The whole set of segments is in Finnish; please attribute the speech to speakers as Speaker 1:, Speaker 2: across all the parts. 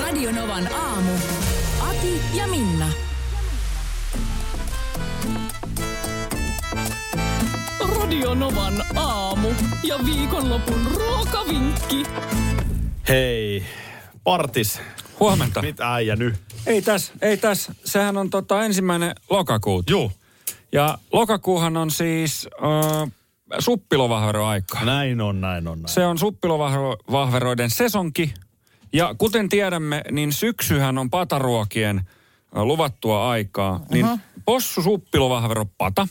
Speaker 1: Radionovan aamu. Ati ja Minna. Radionovan aamu ja viikonlopun ruokavinkki.
Speaker 2: Hei, Partis.
Speaker 3: Huomenta.
Speaker 2: Mitä äijä nyt?
Speaker 3: Ei tässä, ei tässä. Sehän on tota ensimmäinen lokakuuta.
Speaker 2: Juu.
Speaker 3: Ja lokakuuhan on siis äh, suppilovahveroaika.
Speaker 2: Näin on, näin on, näin.
Speaker 3: Se on suppilovahveroiden sesonki. Ja kuten tiedämme, niin syksyhän on pataruokien äh, luvattua aikaa. Niin possu suppilovahvero pata.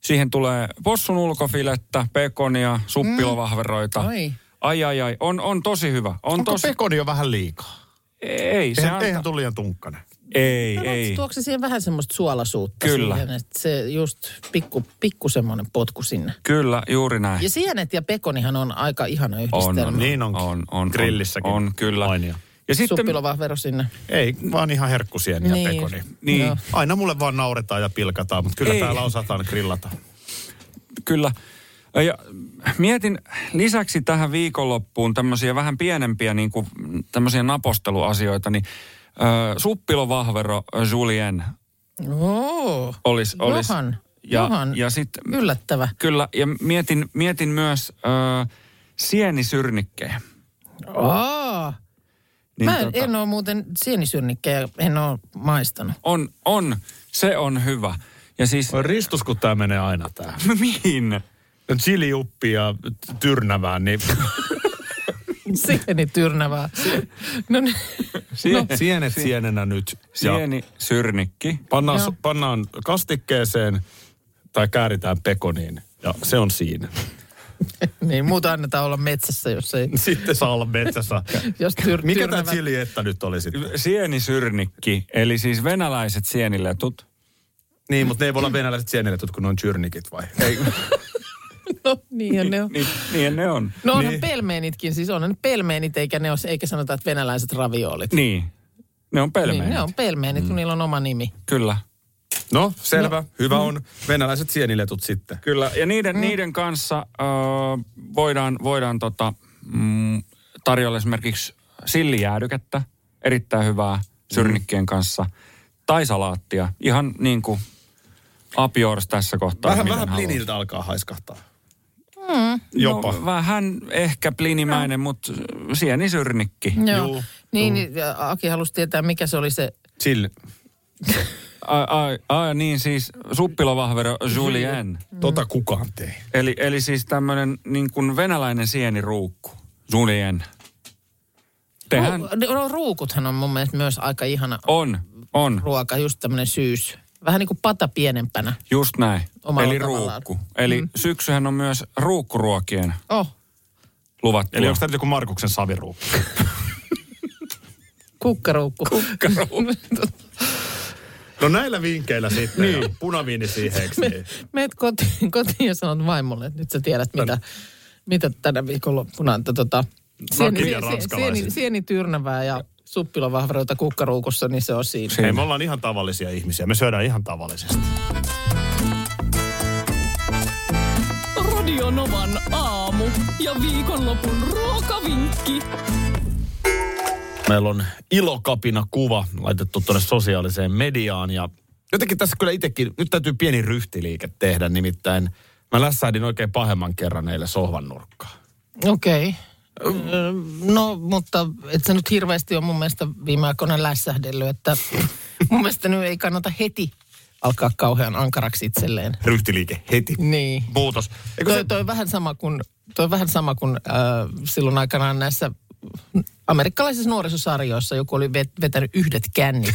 Speaker 3: Siihen tulee possun ulkofilettä, pekonia, suppilovahveroita.
Speaker 4: Oi.
Speaker 3: Mm. Ai ai ai, on, on tosi hyvä. On
Speaker 2: Onko
Speaker 3: tosi...
Speaker 2: pekoni jo vähän liikaa?
Speaker 3: Ei, se
Speaker 2: Eihän,
Speaker 3: antaa-
Speaker 2: eihän tule liian tunkkanen.
Speaker 3: Ei,
Speaker 4: Ei.
Speaker 3: ei.
Speaker 4: Tuoko se siihen vähän semmoista suolaisuutta?
Speaker 3: Kyllä.
Speaker 4: Siihen, että se just pikku, pikku semmoinen potku sinne.
Speaker 3: Kyllä, juuri näin.
Speaker 4: Ja sienet ja pekonihan on aika ihana
Speaker 3: On,
Speaker 4: yhdistelmä.
Speaker 3: on,
Speaker 2: Niin onkin.
Speaker 3: On, on,
Speaker 2: Grillissäkin.
Speaker 3: On, on kyllä.
Speaker 2: Mainio.
Speaker 3: Ja sitten,
Speaker 4: Suppilovahvero sinne.
Speaker 2: Ei, vaan ihan herkkusieni ja
Speaker 4: Niin.
Speaker 2: pekoni.
Speaker 3: Niin.
Speaker 4: Joo.
Speaker 2: Aina mulle vaan nauretaan ja pilkataan, mutta kyllä
Speaker 3: Ei.
Speaker 2: täällä osataan grillata.
Speaker 3: kyllä. Ja mietin lisäksi tähän viikonloppuun tämmöisiä vähän pienempiä niin kuin, tämmöisiä naposteluasioita, niin ö, suppilovahvero ö, Julien
Speaker 4: Oo.
Speaker 3: olisi... Olis,
Speaker 4: Johan,
Speaker 3: ja,
Speaker 4: Johan.
Speaker 3: ja sitten
Speaker 4: Yllättävä.
Speaker 3: kyllä, ja mietin, mietin myös ö, sienisyrnikkejä.
Speaker 4: Aa.
Speaker 3: Niin
Speaker 4: Mä en, en ole muuten sienisyrnikkejä, en ole maistanut.
Speaker 3: on, on, se on hyvä. Ja siis,
Speaker 2: Voi ristus, kun tää menee aina tää. No,
Speaker 3: mihin?
Speaker 2: Chiliuppi ja t- tyrnävää, niin
Speaker 4: Sieni tyrnävää. No niin.
Speaker 3: Sie-
Speaker 2: sienet sienenä nyt. Ja
Speaker 3: Sienisyrnikki.
Speaker 2: pannaan,
Speaker 4: Joo.
Speaker 2: su- pannaan kastikkeeseen tai kääritään pekoniin. Ja se on siinä.
Speaker 4: niin, muuta annetaan olla metsässä, jos ei...
Speaker 2: Sitten saa olla metsässä.
Speaker 4: Jos tyr,
Speaker 2: Mikä tämä
Speaker 4: tyrnävät-
Speaker 2: chili että nyt oli sitten?
Speaker 3: Sienisyrnikki, eli siis venäläiset sieniletut.
Speaker 2: Niin, mutta ne ei voi olla venäläiset sieneletut, kun ne on chyrnikit vai? Ei.
Speaker 4: No niin, ne on.
Speaker 3: Niin, niin ne on.
Speaker 4: No onhan pelmeenitkin, siis onhan ne pelmeenit, eikä, ne ole, eikä sanota, että venäläiset raviolit.
Speaker 3: Niin. Ne on pelmeenit. Mm.
Speaker 4: Niin, ne on pelmeenit, kun niillä on oma nimi.
Speaker 3: Kyllä.
Speaker 2: No, selvä. No. Hyvä on. Venäläiset sieniletut sitten.
Speaker 3: Kyllä. Ja niiden, mm. niiden kanssa ö, voidaan, voidaan tota, mm, tarjolla esimerkiksi sillijäädykettä, erittäin hyvää
Speaker 2: Mm.
Speaker 3: syrnikkien kanssa, tai salaattia, ihan niin kuin apiors tässä kohtaa.
Speaker 2: Vähän,
Speaker 3: miten
Speaker 2: vähän
Speaker 3: haluaa.
Speaker 2: pliniltä alkaa haiskahtaa. Mm. Jopa.
Speaker 3: No, vähän ehkä plinimäinen, mutta sienisyrnikki.
Speaker 4: Joo.
Speaker 2: Juu.
Speaker 4: Niin, ja Aki halusi tietää, mikä se oli se...
Speaker 2: Chill.
Speaker 3: Ai, ai, ai, niin siis suppilovahvero Julien.
Speaker 2: Tota kukaan tei.
Speaker 3: Eli, eli siis tämmöinen niin kuin venäläinen sieniruukku. Julien. Tehän
Speaker 4: Ru- No, ruukuthan on mun mielestä myös aika ihana
Speaker 3: on, on,
Speaker 4: ruoka, just tämmöinen syys. Vähän niin kuin pata pienempänä.
Speaker 3: just näin.
Speaker 4: Omalla
Speaker 3: eli
Speaker 4: tavallaan. Mm.
Speaker 3: ruukku. Eli syksyhän on myös ruukkuruokien
Speaker 4: Oh,
Speaker 3: luvattua.
Speaker 2: Eli onko tämä nyt joku Markuksen saviruukku?
Speaker 4: kukkaruukku.
Speaker 2: No näillä vinkkeillä sitten. niin. Punaviini siihen, eikö niin?
Speaker 4: Meet kotiin, kotiin ja sanot vaimolle, että nyt sä tiedät, mitä, mitä tänä viikonloppuna. Että tota, sieni,
Speaker 2: kiviä
Speaker 4: sieni,
Speaker 2: ranskalaisia.
Speaker 4: sieni, sienityrnävää ja suppilovahveroita kukkaruukussa, niin se on siinä.
Speaker 2: Ei, me ollaan ihan tavallisia ihmisiä. Me syödään ihan tavallisesti.
Speaker 1: Radionovan aamu ja viikonlopun ruokavinkki.
Speaker 2: Meillä on ilokapina kuva laitettu tuonne sosiaaliseen mediaan ja jotenkin tässä kyllä itsekin, nyt täytyy pieni ryhtiliike tehdä, nimittäin mä lässähdin oikein pahemman kerran eilen sohvan nurkkaan.
Speaker 4: Okei. Öö, No, mutta et sä nyt hirveästi on mun mielestä viime aikoina lässähdellyt, että mun mielestä nyt ei kannata heti alkaa kauhean ankaraksi itselleen.
Speaker 2: Ryhtiliike heti.
Speaker 4: Niin.
Speaker 2: Mm. Muutos. Eikö
Speaker 4: Toi,
Speaker 2: se,
Speaker 4: toi vähän sama kuin, toi vähän sama kuin äh, silloin aikanaan näissä amerikkalaisissa nuorisosarjoissa joku oli vet, vetänyt yhdet kännit.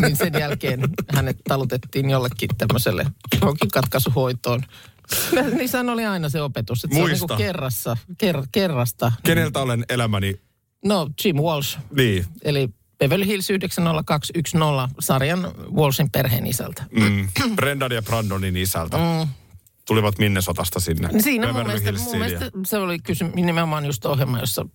Speaker 4: niin sen jälkeen hänet talutettiin jollekin tämmöiselle johonkin katkaisuhoitoon. Niissä oli aina se opetus, että se on
Speaker 2: Muista.
Speaker 4: niinku kerrassa, ker, kerrasta
Speaker 2: keneltä olen elämäni
Speaker 4: No, Jim Walsh,
Speaker 2: Niin.
Speaker 4: eli Beverly Hills 90210 sarjan Walshin perheen isältä.
Speaker 2: Mm. Brendan ja Brandonin isältä. Mm. Tulivat Minnesotasta sinne.
Speaker 4: No Siinä mun
Speaker 2: Beverly
Speaker 4: mielestä, mun
Speaker 2: Hillsiin ja-
Speaker 4: mielestä se oli kysymys nimenomaan just ohjelma, jossa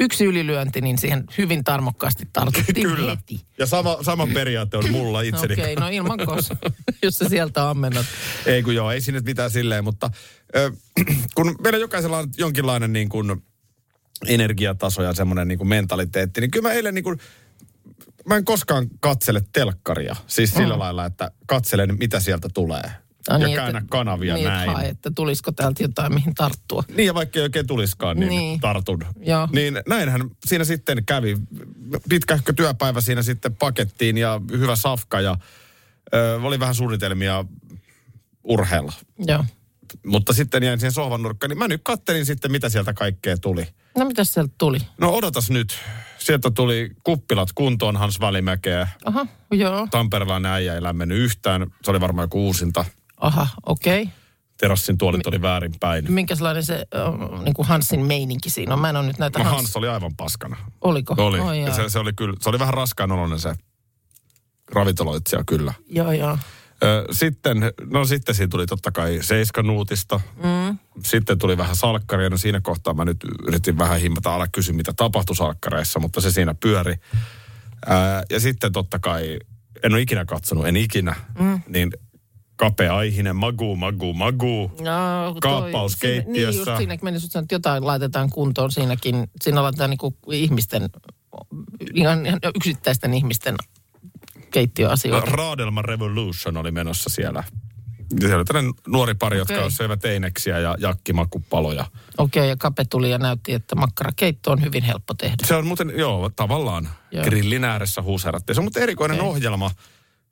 Speaker 4: yksi ylilyönti, niin siihen hyvin tarmokkaasti tartuttiin
Speaker 2: Kyllä. niin.
Speaker 4: heti.
Speaker 2: Ja sama, sama periaate on mulla itseni.
Speaker 4: Okei, okay, no ilman kos, jos sä sieltä ammennat.
Speaker 2: Ei kun joo, ei siinä nyt mitään silleen, mutta ö, kun meillä jokaisella on jonkinlainen niin kuin energiataso ja semmoinen niin kuin mentaliteetti, niin kyllä mä eilen niin kuin, mä en koskaan katsele telkkaria. Siis
Speaker 4: Mm.
Speaker 2: sillä lailla, että katselen niin mitä sieltä tulee.
Speaker 4: Ah,
Speaker 2: ja käännä kanavia
Speaker 4: niin,
Speaker 2: näin.
Speaker 4: Että, hae, että tulisiko täältä jotain, mihin tarttua.
Speaker 2: Niin ja vaikka ei oikein tuliskaan, niin, niin.
Speaker 4: Niin.
Speaker 2: tartun.
Speaker 4: Joo.
Speaker 2: Niin näinhän siinä sitten kävi. Pitkähkö työpäivä siinä sitten pakettiin ja hyvä safka ja ö, oli vähän suunnitelmia urheilla.
Speaker 4: Joo.
Speaker 2: Mutta sitten jäin siihen sohvan nurkkaan, niin mä nyt kattelin sitten, mitä sieltä kaikkea tuli.
Speaker 4: No mitäs sieltä tuli?
Speaker 2: No odotas nyt. Sieltä tuli kuppilat kuntoon Hans Välimäkeä.
Speaker 4: Aha, joo.
Speaker 2: Tamperelainen äijä ei lämmennyt yhtään. Se oli varmaan joku uusinta.
Speaker 4: Aha, okei. Okay.
Speaker 2: Terassin tuolit oli väärinpäin.
Speaker 4: Minkälainen se äh, niin kuin Hansin meininki siinä on? Mä en ole nyt näitä
Speaker 2: No
Speaker 4: Hans...
Speaker 2: Hans oli aivan paskana.
Speaker 4: Oliko?
Speaker 2: Oli.
Speaker 4: Oh,
Speaker 2: ja
Speaker 4: joo.
Speaker 2: se, se, oli kyllä, se oli vähän raskaan oloinen se ravintoloitsija kyllä.
Speaker 4: joo, joo.
Speaker 2: Ö, sitten, no sitten siinä tuli totta kai Seiskan uutista. Mm. Sitten tuli vähän salkkaria. No siinä kohtaa mä nyt yritin vähän himmata, ala kysy mitä tapahtui salkkareissa, mutta se siinä pyöri. Ö, ja sitten totta kai, en ole ikinä katsonut, en ikinä, mm. niin kapea aihinen, magu, magu, magu.
Speaker 4: No, toi-
Speaker 2: Kaappaus
Speaker 4: siinä- Niin,
Speaker 2: keittiössä.
Speaker 4: just siinä meni just sanoa, että jotain laitetaan kuntoon siinäkin. Siinä laitetaan niinku ihmisten, ihan, ihan yksittäisten ihmisten keittiöasioita.
Speaker 2: Raadelman Revolution oli menossa siellä. Ja Siellä oli tällainen nuori pari, okay. jotka
Speaker 4: Okei.
Speaker 2: söivät eineksiä ja jakkimakupaloja.
Speaker 4: Okei, okay, ja Kape tuli ja näytti, että makkarakeitto on hyvin helppo tehdä.
Speaker 2: Se on muuten, joo, tavallaan joo.
Speaker 4: Joo.
Speaker 2: grillin ääressä huuserattiin. Se on muuten erikoinen okay. ohjelma,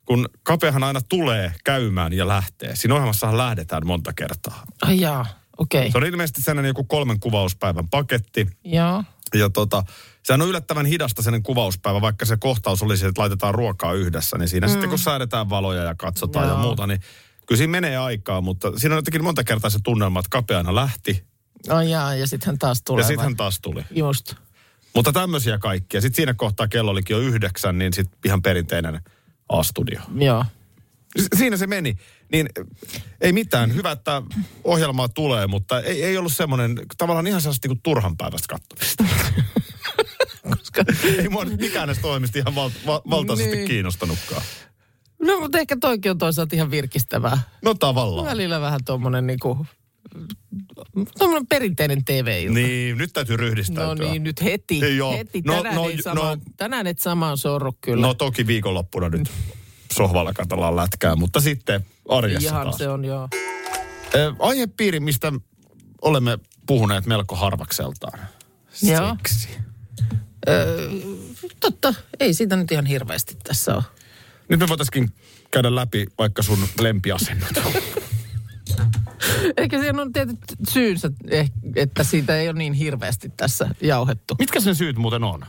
Speaker 2: kun kapeahan aina tulee käymään ja lähtee. Siinä ohjelmassahan lähdetään monta kertaa.
Speaker 4: Ai jaa, okei.
Speaker 2: Se
Speaker 4: Okay.
Speaker 2: on ilmeisesti sellainen joku kolmen kuvauspäivän paketti.
Speaker 4: Joo,
Speaker 2: Ja tota, sehän on yllättävän hidasta sen kuvauspäivä, vaikka se kohtaus olisi, että laitetaan ruokaa yhdessä. Niin siinä mm. sitten kun säädetään valoja ja katsotaan Joo. ja
Speaker 4: Joo.
Speaker 2: muuta, niin kyllä siinä menee aikaa. Mutta siinä on jotenkin monta kertaa se tunnelma, että kapeana lähti
Speaker 4: ai jaa, ja sitten hän taas tulee.
Speaker 2: ja sitten
Speaker 4: vai?
Speaker 2: hän taas tuli.
Speaker 4: Just.
Speaker 2: Mutta tämmöisiä kaikkia. Sitten siinä kohtaa kello olikin jo yhdeksän, niin sitten ihan perinteinen A-studio.
Speaker 4: Joo.
Speaker 2: S- Siinä se meni. Niin äh, ei mitään. Hyvä, että ohjelmaa tulee, mutta ei, ei ollut semmoinen tavallaan ihan sellaista niin turhan päivästä kattomista.
Speaker 4: Koska,
Speaker 2: ei mua nyt mikään näistä toimista ihan val, val, valtaisesti niin.
Speaker 4: Niin.
Speaker 2: kiinnostanutkaan.
Speaker 4: no mutta ehkä toikin on toisaalta ihan virkistävää.
Speaker 2: No tavallaan.
Speaker 4: Välillä vähän tuommoinen niinku, tommonen perinteinen TV-ilta.
Speaker 2: Niin, nyt täytyy
Speaker 4: No
Speaker 2: ryhdistäytyä.
Speaker 4: niin, nyt heti.
Speaker 2: Ei oo.
Speaker 4: Heti.
Speaker 2: No,
Speaker 4: Tänään,
Speaker 2: no,
Speaker 4: no, ei
Speaker 2: j-
Speaker 4: samaan,
Speaker 2: no.
Speaker 4: no, tänään et samaan sorru kyllä.
Speaker 2: No toki viikonloppuna nyt sohvalla katellaan lätkää, mutta sitten arjessa
Speaker 4: Ihan
Speaker 2: taas.
Speaker 4: se on, joo.
Speaker 2: Ö, Aihepiiri, mistä olemme puhuneet melko harvakseltaan.
Speaker 4: Joo.
Speaker 2: Seksi.
Speaker 4: Totta, ei siitä nyt ihan hirveästi tässä ole.
Speaker 2: Nyt me voitaisiin käydä läpi vaikka sun lempiasennot.
Speaker 4: Ehkä siinä on tietyt syynsä, eh, että siitä ei ole niin hirveästi tässä jauhettu.
Speaker 2: Mitkä sen syyt muuten on?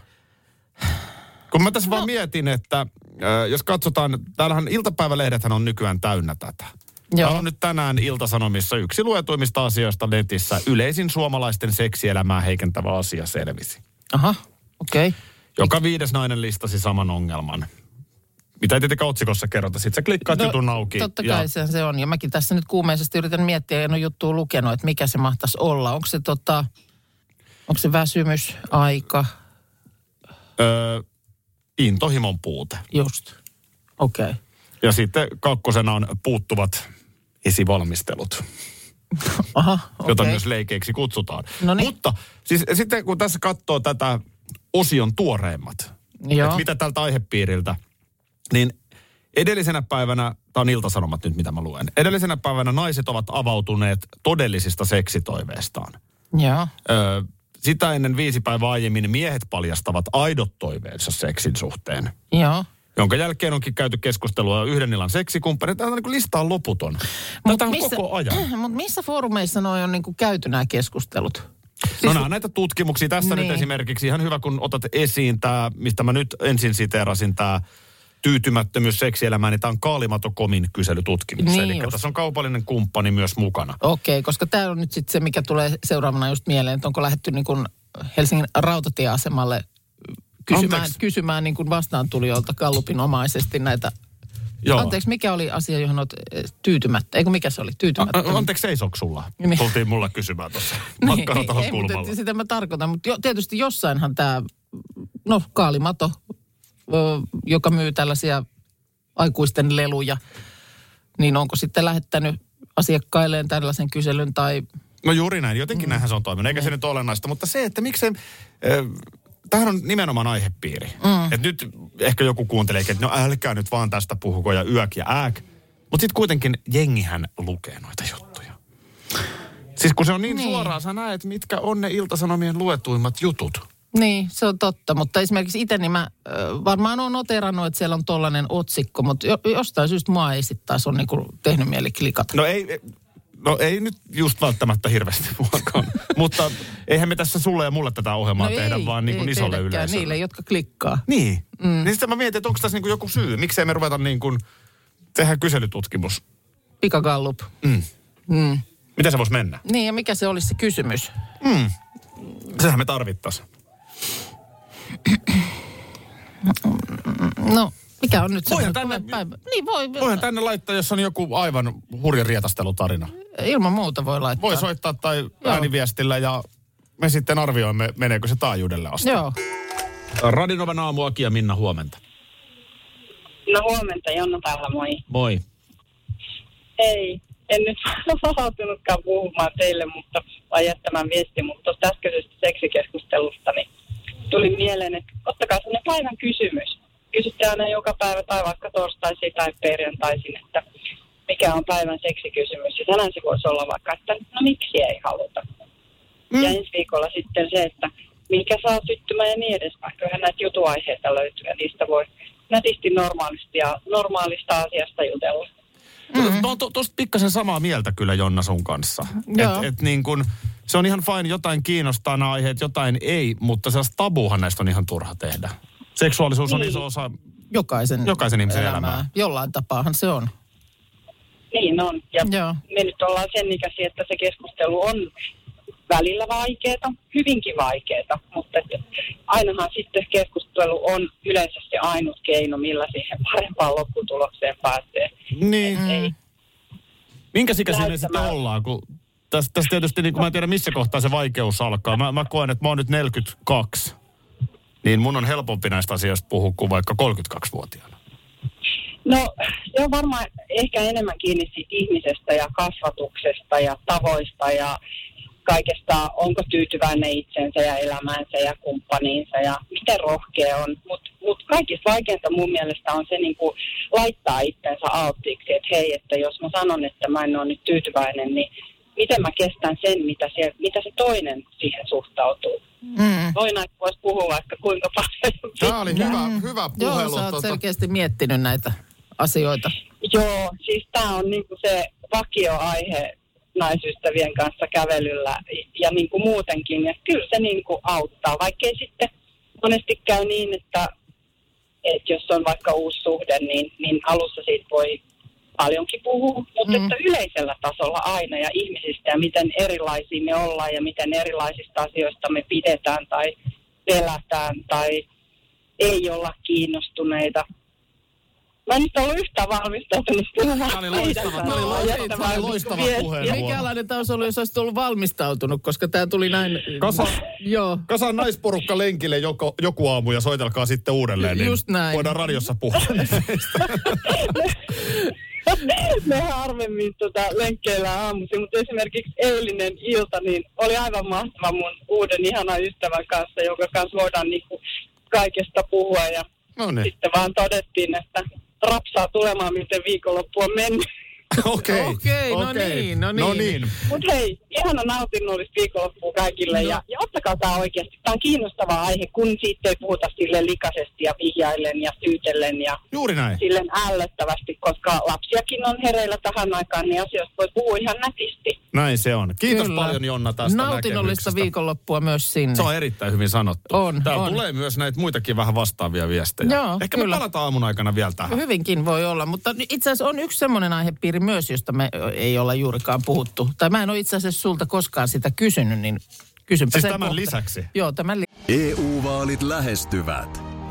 Speaker 2: Kun mä tässä
Speaker 4: No.
Speaker 2: vaan mietin, että ö, jos katsotaan, täällähän iltapäivälehdethän on nykyään täynnä tätä.
Speaker 4: Joo.
Speaker 2: Täällä on nyt tänään Iltasanomissa yksi luetuimmista asioista netissä. Yleisin suomalaisten seksielämää heikentävä asia selvisi.
Speaker 4: Aha, okei. Okay.
Speaker 2: Joka viides nainen listasi saman ongelman. Mitä ei tietenkään otsikossa kerrota. Sitten sä klikkaat no, jutun auki.
Speaker 4: Totta kai se, se on. Ja mäkin tässä nyt kuumeisesti yritän miettiä, en ole juttua lukenut, että mikä se mahtaisi olla. Onko se, tota, onko se väsymys, aika,
Speaker 2: Ö, intohimon puute.
Speaker 4: just. Okei. Okay.
Speaker 2: Ja sitten kakkosena on puuttuvat esivalmistelut,
Speaker 4: Aha,
Speaker 2: okay. jota
Speaker 4: okei.
Speaker 2: myös leikeiksi kutsutaan.
Speaker 4: Noniin.
Speaker 2: Mutta siis sitten kun tässä katsoo tätä osion tuoreimmat, että
Speaker 4: Joo.
Speaker 2: mitä tältä aihepiiriltä, niin edellisenä päivänä, tämä on iltasanomat nyt mitä mä luen, edellisenä päivänä naiset ovat avautuneet todellisista seksitoiveistaan.
Speaker 4: Joo.
Speaker 2: Öö, sitä ennen viisi päivää aiemmin miehet paljastavat aidot toiveensa seksin suhteen.
Speaker 4: Joo.
Speaker 2: Jonka jälkeen onkin käyty keskustelua yhden illan seksikumppani. Tämä on niin kuin lista on loputon. Tätä on koko ajan.
Speaker 4: Mutta missä foorumeissa noi on niinku käyty nämä keskustelut?
Speaker 2: No nämä on näitä tutkimuksia. Tässä niin. nyt
Speaker 4: Siis- Niin.
Speaker 2: esimerkiksi ihan hyvä, kun otat esiin tämä, mistä mä nyt ensin siteerasin, tämä tyytymättömyys seksielämään, niin tämä on Kaalimato.comin kyselytutkimus.
Speaker 4: Niin
Speaker 2: Eli
Speaker 4: just.
Speaker 2: tässä on kaupallinen kumppani myös mukana.
Speaker 4: Okei, koska tämä on nyt sitten se, mikä tulee seuraavana just mieleen, että onko lähdetty niin kun Helsingin rautatieasemalle kysymään,
Speaker 2: Anteeksi.
Speaker 4: kysymään niin kuin vastaantulijoilta kallupinomaisesti näitä.
Speaker 2: Joo.
Speaker 4: Anteeksi, mikä oli asia, johon olet eh, tyytymättä? Eikö mikä se oli?
Speaker 2: A-
Speaker 4: Tyytymättä.
Speaker 2: a- anteeksi, seisoks sulla?
Speaker 4: Niin.
Speaker 2: Tultiin mulla kysymään tuossa makkaratalon
Speaker 4: ei, mutta
Speaker 2: kulmalla.
Speaker 4: sitä mä tarkoitan, mutta jo, tietysti jossainhan tämä, no kaalimato, ö, joka myy tällaisia aikuisten leluja, niin onko sitten lähettänyt asiakkailleen tällaisen kyselyn tai
Speaker 2: No juuri näin, jotenkin mm. näinhän se on toiminut, eikä se nyt ole olennaista. Mutta se, että miksei... Äh, Tähän on nimenomaan aihepiiri. Mm. Et nyt ehkä joku kuuntelee, että no älkää nyt vaan tästä puhuko ja yök ja ääk. Mutta sitten kuitenkin jengihän lukee noita juttuja. Siis kun se on niin, niin.
Speaker 4: Niin.
Speaker 2: suoraa, sä näet, mitkä on ne iltasanomien luetuimmat jutut.
Speaker 4: Niin, se on totta, mutta esimerkiksi itse niin mä ö, varmaan on noterannut, että siellä on tollainen otsikko, mutta jo, jostain syystä mua ei sitten taas ole niinku tehnyt mieli klikata.
Speaker 2: No ei, no ei nyt just välttämättä hirveästi muakaan. Mutta eihän me tässä sulle ja mulle tätä ohjelmaa no tehdä, ei, vaan niin kuin
Speaker 4: ei
Speaker 2: isolle
Speaker 4: tehdäkään
Speaker 2: yleisölle.
Speaker 4: Niille, jotka klikkaa.
Speaker 2: Niin. Mm. Niin sitten mä mietin, että onko tässä niinku joku syy. Miksei me ruveta niin kuin, tehdä kyselytutkimus.
Speaker 4: Pikagallup.
Speaker 2: Mitä se voisi mennä?
Speaker 4: Niin, ja mikä se olisi se kysymys?
Speaker 2: Sehän me tarvittaisiin.
Speaker 4: No, mikä on nyt se?
Speaker 2: Voihan tänne-
Speaker 4: päivä? Niin, voi.
Speaker 2: Voihan tänne laittaa, jos on joku aivan hurja rietastelutarina.
Speaker 4: Ilman muuta voi laittaa.
Speaker 2: Voi soittaa tai ääniviestillä ja me sitten arvioimme, meneekö se taajuudelle asti.
Speaker 4: Joo.
Speaker 2: Radinovan aamu Aki ja Minna huomenta.
Speaker 5: No huomenta, Jonna täällä, moi.
Speaker 2: Moi.
Speaker 5: Hei, en nyt vahautunutkaan puhumaan teille, mutta vai jättämään viesti, mutta tuosta äskeisestä seksikeskustelusta niin tuli mieleen, että ottakaa sellainen päivän kysymys. Kysytte aina joka päivä tai vaikka torstaisin tai perjantaisin, että mikä on päivän seksikysymys. Ja tänään se voisi olla vaikka, että no miksi ei haluta. Mm. Ja ensi viikolla sitten se, että mikä saa syttymään ja niin edespäin. Kyllähän näitä jutuaiheita löytyy ja niistä voi nätisti normaalisti ja normaalista asiasta jutella.
Speaker 2: Mm-hmm. Mä oon to, tosta pikkasen samaa mieltä kyllä Jonna sun kanssa.
Speaker 4: Joo.
Speaker 2: Et, et niin kun, se on ihan fine, jotain kiinnostaa nämä aiheet, jotain ei, mutta sellaista tabuhan näistä on ihan turha tehdä. Seksuaalisuus on
Speaker 5: Niin.
Speaker 2: iso osa
Speaker 4: Jokaisen,
Speaker 2: Jokaisen ihmisen elämää.
Speaker 4: Jollain tapaahan se on.
Speaker 5: Niin on. Ja
Speaker 4: Joo.
Speaker 5: Joo. me nyt ollaan sen ikäisiä, että se keskustelu on välillä vaikeaa, hyvinkin vaikeaa, mutta et ainahan sitten keskustelu on yleensä se ainut keino, millä siihen parempaan lopputulokseen pääsee.
Speaker 2: Niin.
Speaker 4: Mm.
Speaker 5: Ei,
Speaker 2: Minkä ikäisiä ne sitten
Speaker 5: Näyttämään.
Speaker 2: ollaan? Kun tässä, tässä tietysti, niin kun mä en tiedä missä kohtaa se vaikeus alkaa. Mä, mä koen, että mä oon nyt 42. Niin mun on helpompi näistä asioista puhua kuin vaikka 32-vuotiaana.
Speaker 5: No se on varmaan ehkä enemmän kiinni siitä ihmisestä ja kasvatuksesta ja tavoista ja kaikesta, onko tyytyväinen itsensä ja elämäänsä ja kumppaniinsa ja miten rohkea on. Mutta mut kaikista vaikeinta mun mielestä on se niinku laittaa itsensä alttiiksi, että hei, että jos mä sanon, että mä en ole nyt tyytyväinen, niin miten mä kestän sen, mitä se, mitä se toinen siihen suhtautuu.
Speaker 4: Mm.
Speaker 5: Voi näitä voisi puhua vaikka kuinka paljon.
Speaker 2: oli hyvä, hyvä
Speaker 4: Mm. Joo, sä
Speaker 2: tuota-
Speaker 4: oot selkeästi miettinyt näitä asioita.
Speaker 5: Joo, siis tämä on niinku se vakioaihe naisystävien kanssa kävelyllä ja niinku muutenkin. Ja kyllä se niinku auttaa, vaikkei sitten monesti käy niin, että et jos on vaikka uusi suhde, niin, niin alussa siitä voi paljonkin puhua, mutta mm. että yleisellä tasolla aina ja ihmisistä ja miten erilaisia me ollaan ja miten erilaisista asioista me pidetään tai pelätään tai ei olla kiinnostuneita. Mä en nyt ollut yhtään valmistautunut. niin Tämä
Speaker 2: oli loistava- tää oli
Speaker 4: loistava- tää oli
Speaker 2: loistava puhe.
Speaker 4: Ja
Speaker 2: Huono.
Speaker 4: mikälainen tämä olisi ollut, jos olisit ollut valmistautunut, koska tämä tuli näin...
Speaker 2: Kasa,
Speaker 4: Joo.
Speaker 2: kasa naisporukka lenkille joko, joku aamu ja soitelkaa sitten uudelleen. Niin
Speaker 4: Just näin.
Speaker 2: Voidaan radiossa puhua.
Speaker 5: me harvemmin tota, lenkkeillä aamuisin, mutta esimerkiksi eilinen ilta niin oli aivan mahtava mun uuden ihanan ystävän kanssa, jonka kanssa voidaan niinku kaikesta puhua ja
Speaker 2: no niin,
Speaker 5: sitten vaan todettiin, että rapsaa tulemaan, miten viikonloppu on mennyt.
Speaker 2: okei.
Speaker 4: Okei, no
Speaker 2: okei.
Speaker 4: niin, no
Speaker 2: No
Speaker 4: niin.
Speaker 2: niin.
Speaker 5: Mutta hei, ihana nautinnollista viikonloppua kaikille no. ja, ja ottakaa tämä oikeasti. Tämä on kiinnostava aihe, kun siitä ei puhuta sille likaisesti ja vihjaillen ja syytellen ja
Speaker 2: Juuri näin.
Speaker 5: silleen ällöttävästi, koska lapsiakin on hereillä tähän aikaan, niin asioista voi puhua ihan nätisti.
Speaker 2: Näin se on. Kiitos
Speaker 4: Kyllä.
Speaker 2: paljon Jonna tästä
Speaker 4: Nautinnollista
Speaker 2: näkemyksestä.
Speaker 4: viikonloppua myös sinne.
Speaker 2: Se on erittäin hyvin sanottu.
Speaker 4: Mm. On,
Speaker 2: Täällä
Speaker 4: on.
Speaker 2: tulee myös näitä muitakin vähän vastaavia viestejä.
Speaker 4: Joo,
Speaker 2: Ehkä me
Speaker 4: kyllä.
Speaker 2: palataan aamun aikana vielä tähän.
Speaker 4: Hyvinkin voi olla, mutta itse asiassa on yksi semmoinen aihepiiri myös, josta me ö, ei olla juurikaan puhuttu. Tai mä en ole itse asiassa sulta koskaan sitä kysynyt, niin Kysynpä
Speaker 2: Siis
Speaker 4: sen
Speaker 2: tämän
Speaker 4: kohta.
Speaker 2: lisäksi?
Speaker 4: Joo, tämän li-
Speaker 6: EU-vaalit E lähestyvät.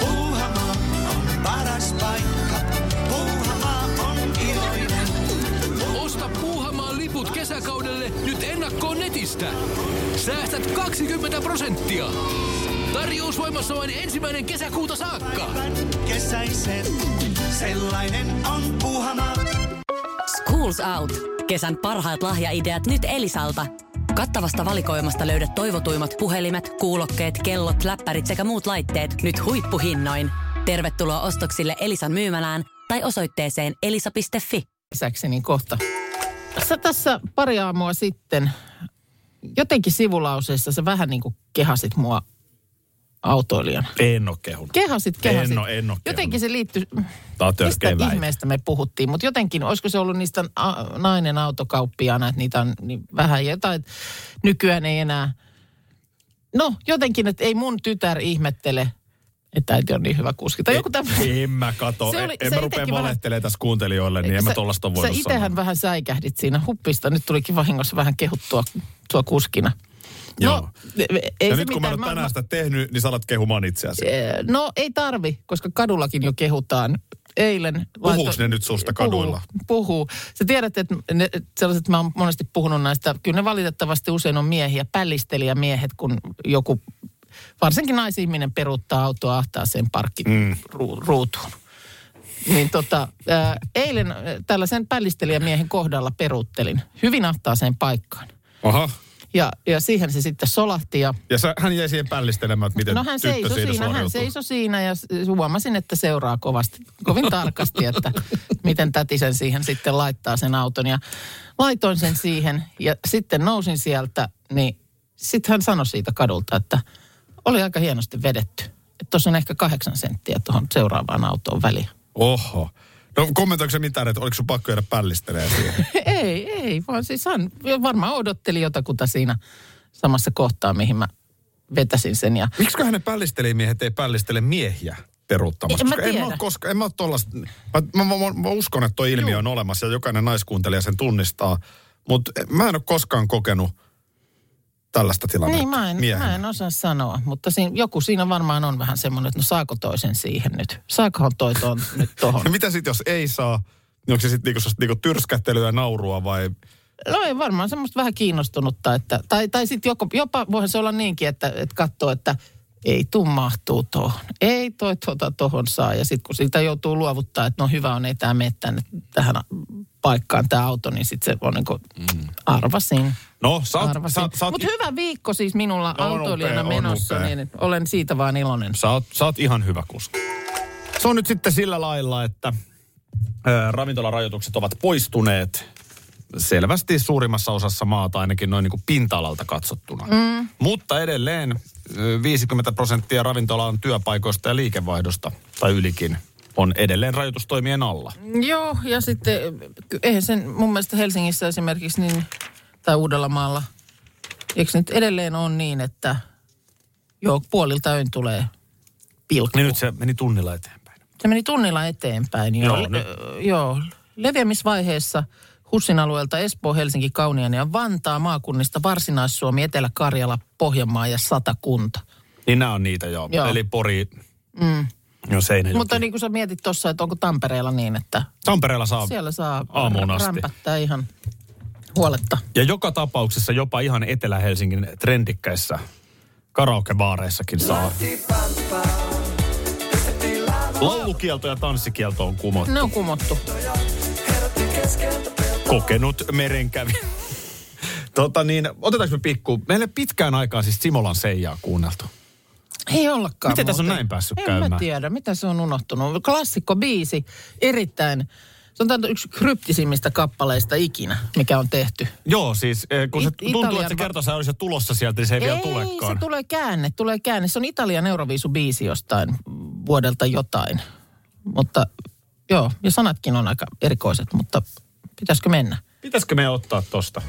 Speaker 7: Puuhamaa on paras paikka. Puuhamaa on iloinen.
Speaker 8: Osta Puuhamaan liput kesäkaudelle nyt ennakkoon netistä. Säästät 20 prosenttia. Tarjous voimassa vain ensimmäinen kesäkuuta saakka.
Speaker 7: Päivän kesäisen. Sellainen on Puuhamaa.
Speaker 9: Schools Out. Kesän parhaat lahjaideat nyt Elisalta. Kattavasta valikoimasta löydät toivotuimmat puhelimet, kuulokkeet, kellot, läppärit sekä muut laitteet nyt huippuhinnoin. Tervetuloa ostoksille Elisan myymälään tai osoitteeseen elisa.fi.
Speaker 4: lisäksi niin kohta. Sä tässä pari aamua sitten, jotenkin sivulauseessa sä vähän niin kuin kehasit mua autoilijana.
Speaker 2: En ole kehunut.
Speaker 4: Kehasit, kehasit.
Speaker 2: En oo- en oo
Speaker 4: Jotenkin se liittyy,
Speaker 2: Tää on
Speaker 4: mistä
Speaker 2: törkeä väite.
Speaker 4: ihmeestä me puhuttiin, mutta jotenkin, olisiko se ollut niistä a- nainen autokauppiaana, että niitä on niin vähän jotain, että nykyään ei enää. No jotenkin, että ei mun tytär ihmettele, että äiti on niin hyvä kuski. Tai joku tämmöinen.
Speaker 2: En mä kato.
Speaker 4: Se oli-
Speaker 2: en
Speaker 4: se
Speaker 2: mä rupea
Speaker 4: itekin vähän-
Speaker 2: valehtelemaan tässä kuuntelijoille, niin en mä tollasta ole
Speaker 4: Sä
Speaker 2: voinut
Speaker 4: itehän
Speaker 2: sanoa.
Speaker 4: vähän säikähdit siinä huppista. Nyt tulikin vahingossa vähän kehuttua sua kuskina.
Speaker 2: Joo.
Speaker 4: No, e- e- ei
Speaker 2: ja
Speaker 4: se
Speaker 2: nyt kun mä en
Speaker 4: mitään.
Speaker 2: ole tänään sitä tehnyt, niin sä alat kehumaan itseäsi.
Speaker 4: Eh, No ei tarvi, koska kadullakin jo kehutaan. Eilen...
Speaker 2: Puhuuks ne nyt susta kaduilla?
Speaker 4: Puhuu. puhuu. Sä tiedät, että ne, sellaiset, mä oon monesti puhunut näistä, kyllä ne valitettavasti usein on miehiä, pällistelijämiehet, kun joku, varsinkin naisihminen peruuttaa autoa
Speaker 2: Mm.
Speaker 4: ahtaaseen parkkiruutuun. Niin tota, ää, eilen ää, tällaisen pällistelijämiehen kohdalla peruuttelin hyvin ahtaaseen paikkaan.
Speaker 2: Aha.
Speaker 4: Ja, ja siihen se sitten solahti ja
Speaker 2: Ja sä, hän jäi siihen pällistelemään, että miten
Speaker 4: no hän
Speaker 2: tyttö
Speaker 4: seisoi siinä, hän
Speaker 2: suoriutuu.
Speaker 4: seisoi siinä ja s- huomasin, että seuraa kovasti, kovin tarkasti, että miten täti sen siihen sitten laittaa sen auton. Ja laitoin sen siihen ja sitten nousin sieltä, niin sitten hän sanoi siitä kadulta, että oli aika hienosti vedetty. Että tuossa on ehkä kahdeksan senttiä tuohon seuraavaan autoon väliin.
Speaker 2: Oho. No kommentoiko se mitään, että oliko sun pakko jäädä pällistelemään siihen?
Speaker 4: ei, ei, vaan siis hän varmaan odotteli jotakuta siinä samassa kohtaa, mihin mä vetäsin sen ja
Speaker 2: Miksi hänen pällistelijämiehet ei pällistele miehiä peruuttamassa?
Speaker 4: En mä
Speaker 2: Koska En mä,
Speaker 4: tiedä.
Speaker 2: oo koska, en mä, oo tollasta, mä, mä, mä, mä, mä, uskon, että toi ilmiö on olemassa ja jokainen naiskuuntelija sen tunnistaa. Mutta mä en ole koskaan kokenut tällaista tilannetta
Speaker 4: Niin, mä en,
Speaker 2: miehenä.
Speaker 4: mä en osaa sanoa, mutta siinä, joku siinä varmaan on vähän semmoinen, että no saako toisen siihen nyt? Saakohan toi ton nyt tohon?
Speaker 2: No mitä sitten, jos ei saa? Niin onko se sitten niinku, semmoista niinku tyrskättelyä ja naurua vai...
Speaker 4: No ei varmaan semmoista vähän kiinnostunutta, että, tai, tai sitten jopa voihan se olla niinkin, että, että katsoo, että ei tuu mahtuu tohon, ei toi tota tohon saa. Ja sitten kun siitä joutuu luovuttaa, että no hyvä on, ei tämä mene tänne, tähän paikkaan tämä auto, niin sitten se on niin kuin, arvasin.
Speaker 2: No, Mm. sä oot, sä,
Speaker 4: arvasin.
Speaker 2: sä, oot,
Speaker 4: Mutta hyvä viikko siis minulla
Speaker 2: No, on
Speaker 4: autoilijana
Speaker 2: upea, on
Speaker 4: menossa,
Speaker 2: upea.
Speaker 4: niin että olen siitä vaan iloinen.
Speaker 2: sä, oot, sä oot ihan hyvä kuski. Se on nyt sitten sillä lailla, että ää, ravintolarajoitukset ovat poistuneet selvästi suurimmassa osassa maata, ainakin noin niin kuin pinta-alalta katsottuna. Mm. Mutta edelleen ö, 50 prosenttia ravintolan työpaikoista ja liikevaihdosta, tai ylikin, on edelleen rajoitustoimien alla.
Speaker 4: Joo, ja sitten ky- eihän sen mun mielestä Helsingissä esimerkiksi niin, tai Uudellamaalla, eikö nyt edelleen ole niin, että joo, puolilta öin tulee pilkku.
Speaker 2: Niin nyt se meni tunnilla eteenpäin.
Speaker 4: Se meni tunnilla eteenpäin.
Speaker 2: Joo,
Speaker 4: Joo, joo,
Speaker 2: nyt-
Speaker 4: le- joo. leviämisvaiheessa Hussin alueelta Espoo, Helsinki, Kauniainen ja Vantaa maakunnista Varsinais-Suomi, Etelä-Karjala, Pohjanmaa ja Satakunta.
Speaker 2: Niin nämä on niitä, joo. joo.
Speaker 4: Joo.
Speaker 2: Eli Pori, mm. jo Seinäjoki.
Speaker 4: Mutta niin kuin sä mietit tuossa, että onko Tampereella niin, että
Speaker 2: Tampereella saa.
Speaker 4: siellä saa
Speaker 2: Aamuun
Speaker 4: r-
Speaker 2: asti.
Speaker 4: rämpättää ihan huoletta.
Speaker 2: Ja joka tapauksessa jopa ihan Etelä-Helsingin trendikkäissä karaokebaareissakin saa. Laulukielto ja tanssikielto on kumottu.
Speaker 4: Ne on kumottu.
Speaker 2: Kokenut merenkävi. Tota niin, otetaanko me pikku? Meillä ei pitkään aikaa siis Simolan Seijaa kuunneltu.
Speaker 4: Ei ollakaan.
Speaker 2: Miten tässä on
Speaker 4: muuten.
Speaker 2: näin päässyt
Speaker 4: en
Speaker 2: käymään?
Speaker 4: mä tiedä, mitä se on unohtunut. Klassikko biisi, erittäin Se on tämän yksi kryptisimmistä kappaleista ikinä, mikä on tehty.
Speaker 2: Joo, siis eh, kun se
Speaker 4: It-
Speaker 2: tuntuu,
Speaker 4: Italian-
Speaker 2: että se kerta sä olisit tulossa sieltä, niin se ei, vielä tulekaan.
Speaker 4: se tulee käänne, tulee käänne. Se on Italian Euroviisubiisi jostain mm, vuodelta jotain. Mutta joo, ja sanatkin on aika erikoiset, mutta pitäisikö mennä?
Speaker 10: Pitäisikö me ottaa tosta?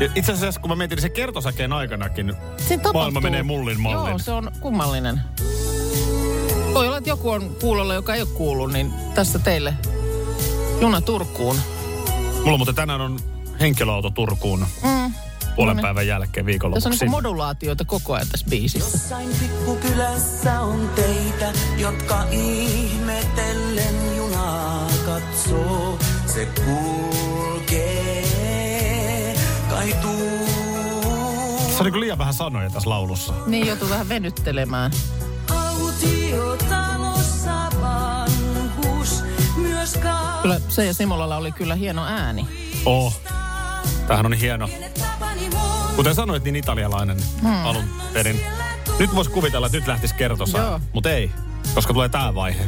Speaker 10: Ja Itse asiassa kun mä mietin niin se kertosäkeen aikanakin,
Speaker 4: Siinä tapahtuu-
Speaker 2: Maailma menee mullin mallin.
Speaker 4: Joo, se on kummallinen. Voi olla, että joku on kuulolla, joka ei ole kuullut, niin tässä teille juna Turkuun.
Speaker 2: Mulla muuten tänään on henkilöauto Turkuun
Speaker 4: Mm.
Speaker 2: puolen
Speaker 4: no niin.
Speaker 2: päivän jälkeen
Speaker 4: Tässä on
Speaker 2: viikonlopuksi.
Speaker 4: niin modulaatioita koko ajan tässä biisissä.
Speaker 11: Jossain pikkukylässä on teitä, jotka ihmetellen junaa katsoo. Se kulkee, kaituu.
Speaker 2: Se on niin liian vähän sanoja tässä laulussa.
Speaker 4: Niin joutuu vähän venyttelemään.
Speaker 7: Autiotalossa vanhus myös
Speaker 4: Kyllä se ja Simolalla oli kyllä hieno ääni.
Speaker 2: Oh, tämähän on hieno.
Speaker 7: Tapani vuonna.
Speaker 2: Kuten sanoit, niin italialainen hmm. alun perin. Nyt vois kuvitella, että nyt lähtis kertosaa,
Speaker 4: Joo.
Speaker 2: mutta ei, koska tulee tää vaihe.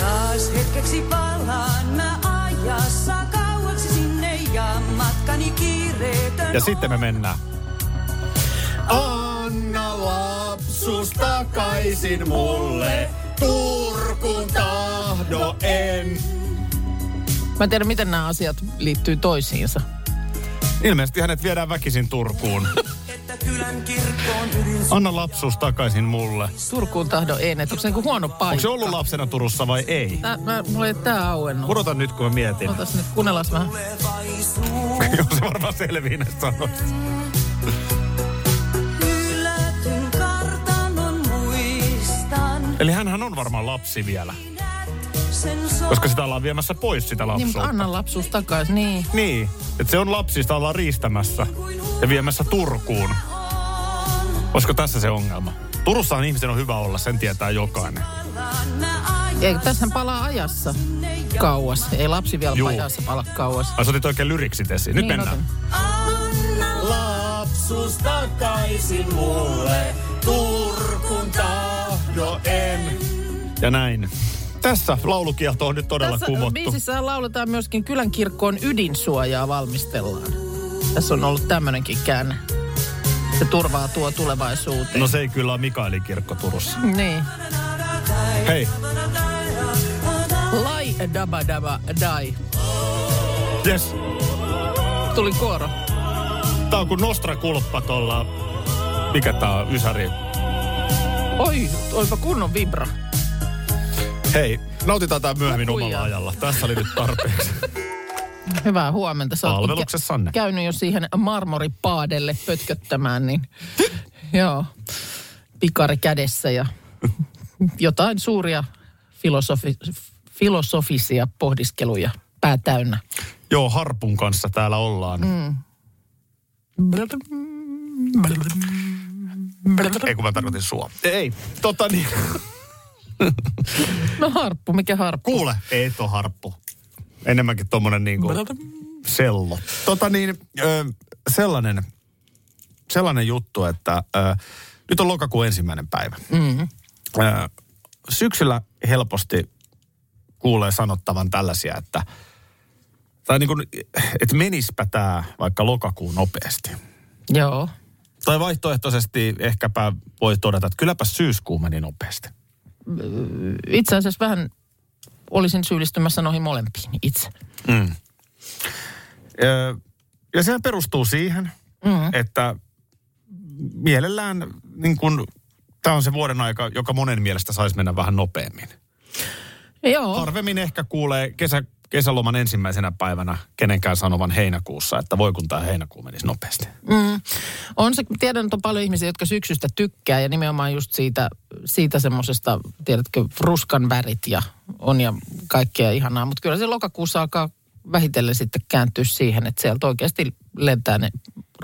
Speaker 7: Taas hetkeksi palaan mä ajassa kauaksi sinne ja matkani kiireetön
Speaker 2: Ja sitten me mennään.
Speaker 10: Anna lapsus takaisin mulle, Turkun tahdo en.
Speaker 4: Mä en tiedä, miten nämä asiat liittyy toisiinsa.
Speaker 2: Ilmeisesti hänet viedään väkisin Turkuun. Anna lapsuus takaisin mulle.
Speaker 4: Turkuun tahdo ei, että onko se niinku huono paikka?
Speaker 2: Onko se ollut lapsena Turussa vai ei?
Speaker 4: Tää, mä, mulla ei tää auennut.
Speaker 2: Odotan nyt, kun mä mietin.
Speaker 4: Otas nyt, kuunnellaan vähän.
Speaker 2: Joo, se varmaan selvii näistä sanoista.
Speaker 7: Hylätyn kartanon muistan
Speaker 2: Eli hänhän on varmaan lapsi vielä,
Speaker 7: sen so-
Speaker 2: koska sitä ollaan viemässä pois sitä
Speaker 4: Niin, mutta
Speaker 2: lapsuutta.
Speaker 4: anna lapsuus takaisin. Niin.
Speaker 2: Niin, että se on lapsi, sitä ollaan riistämässä ja viemässä Turkuun. Olisiko tässä se ongelma? Turussahan ihmisen on hyvä olla, sen tietää jokainen.
Speaker 4: Ei, tässä palaa ajassa kauas. Ei lapsi vielä
Speaker 2: Juu.
Speaker 4: ajassa pala kauas.
Speaker 2: Ai sä otit oikein lyriksit esiin. Nyt
Speaker 4: Niin,
Speaker 2: niin, mennään.
Speaker 4: otin.
Speaker 10: Lapsus takaisin mulle, Turkun tahdo en.
Speaker 2: Ja näin. Tässä laulukiehto on nyt todella
Speaker 4: Tässä
Speaker 2: kumottu.
Speaker 4: biisissä lauletaan myöskin kylän kirkkoon ydinsuojaa valmistellaan. Tässä on ollut tämmöinenkin käänne. Se turvaa tuo tulevaisuuteen.
Speaker 2: No se ei kyllä ole Mikaelin kirkko Turussa.
Speaker 4: Niin.
Speaker 2: Hei,
Speaker 4: Lai daba daba dai.
Speaker 2: yes.
Speaker 4: Tuli kooro.
Speaker 2: Tää on kuin Nostra Kulppa tuolla. Mikä tää on, Ysäri?
Speaker 4: Oi, olipa kunnon vibra.
Speaker 2: Hei, nautitaan tää myöhemmin
Speaker 4: Mä kuijaan.
Speaker 2: omalla ajalla. Tässä oli nyt tarpeeksi.
Speaker 4: Hyvää huomenta. Sä oot
Speaker 2: Palveluksessanne.
Speaker 4: kä- käynyt jo siihen marmoripaadelle pötköttämään, niin joo, pikari kädessä ja jotain suuria filosofi- filosofisia pohdiskeluja pää täynnä.
Speaker 2: Joo, Harpun kanssa täällä ollaan. Mm. Ei kun mä tarkoitin sua. Ei, tota niin.
Speaker 4: No harppu, mikä harppu?
Speaker 2: Kuule. Ei et oo Harppu. Enemmänkin tommonen niinku sello. Tota niin, ö, sellainen, sellainen juttu, että ö, nyt on lokakuun ensimmäinen päivä. Mm-hmm. Ö, syksyllä helposti kuulee sanottavan tällaisia, että tai niin kuin, että menispä tämä vaikka lokakuun nopeasti.
Speaker 4: Joo.
Speaker 2: Tai vaihtoehtoisesti ehkäpä voi todeta, että kylläpä syyskuu meni nopeasti.
Speaker 4: Itse asiassa vähän olisin syyllistymässä noihin molempiin itse.
Speaker 2: Mm. Ö, Ja sehän perustuu siihen, mm. että mielellään niin kun, tämä on se vuoden aika, joka monen mielestä saisi mennä vähän nopeammin.
Speaker 4: Joo.
Speaker 2: Harvemmin ehkä kuulee kesä, kesäloman ensimmäisenä päivänä kenenkään sanovan heinäkuussa, että voi kun tämä heinäkuu menisi nopeasti.
Speaker 4: On se, tiedän, että on paljon ihmisiä, jotka syksystä tykkää ja nimenomaan just siitä, siitä semmoisesta, tiedätkö, ruskan värit ja on ja kaikkea ihanaa. Mutta kyllä se lokakuussa alkaa vähitellen sitten kääntyä siihen, että sieltä oikeasti lentää ne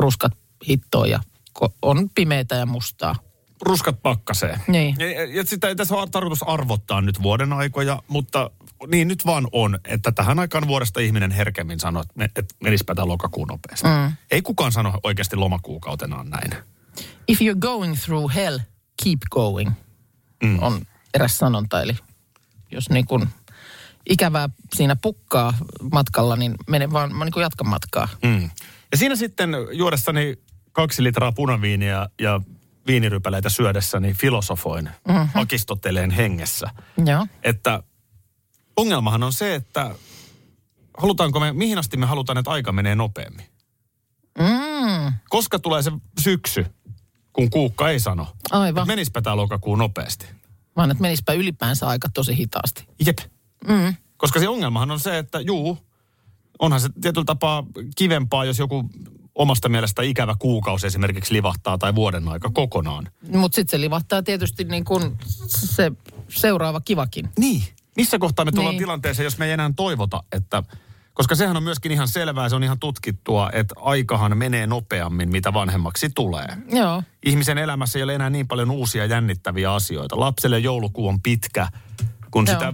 Speaker 4: ruskat hittoon ja ko- on pimeitä ja mustaa.
Speaker 2: Ruskat pakkaseen.
Speaker 4: Niin.
Speaker 2: Ja, ja- ja sitä ei tässä ole tarkoitus arvottaa nyt vuoden aikoja, mutta niin nyt vaan on, että tähän aikaan vuodesta ihminen herkemmin sanoo, että, me, että menispä tämä lokakuun nopeasti. Mm. Ei kukaan sano oikeasti lomakuukautenaan näin.
Speaker 4: If you're going through hell, keep going, mm. on eräs sanonta. Eli jos niin kuin ikävää siinä pukkaa matkalla, niin mene vaan, mä niin kuin jatkan matkaa.
Speaker 2: Mm. Ja siinä sitten juodessani kaksi litraa punaviiniä ja viinirypäleitä syödessäni filosofoin mm-hmm. akistoteleen hengessä.
Speaker 4: Joo.
Speaker 2: Että ongelmahan on se, että halutaanko me, mihin asti me halutaan, että aika menee nopeammin.
Speaker 4: Mm,
Speaker 2: Koska tulee se syksy, kun kuukka ei sano, että
Speaker 4: aivan.
Speaker 2: menispä tämä lokakuu nopeasti.
Speaker 4: Vaan että menispä ylipäänsä aika tosi hitaasti.
Speaker 2: Jep.
Speaker 4: Mm.
Speaker 2: Koska se ongelmahan on se, että juu, onhan se tietyllä tapaa kivempaa, jos joku omasta mielestä ikävä kuukausi esimerkiksi livahtaa tai vuoden aika kokonaan.
Speaker 4: Mutta sitten se livahtaa tietysti niin kuin se seuraava kivakin.
Speaker 2: Niin. Missä kohtaa me tullaan
Speaker 4: Niin.
Speaker 2: tilanteeseen, jos me ei enää toivota, että... Koska sehän on myöskin ihan selvää, se on ihan tutkittua, että aikahan menee nopeammin, mitä vanhemmaksi tulee.
Speaker 4: Joo.
Speaker 2: Ihmisen elämässä ei ole enää niin paljon uusia jännittäviä asioita. Lapselle joulukuu on pitkä, kun
Speaker 4: Joo.
Speaker 2: sitä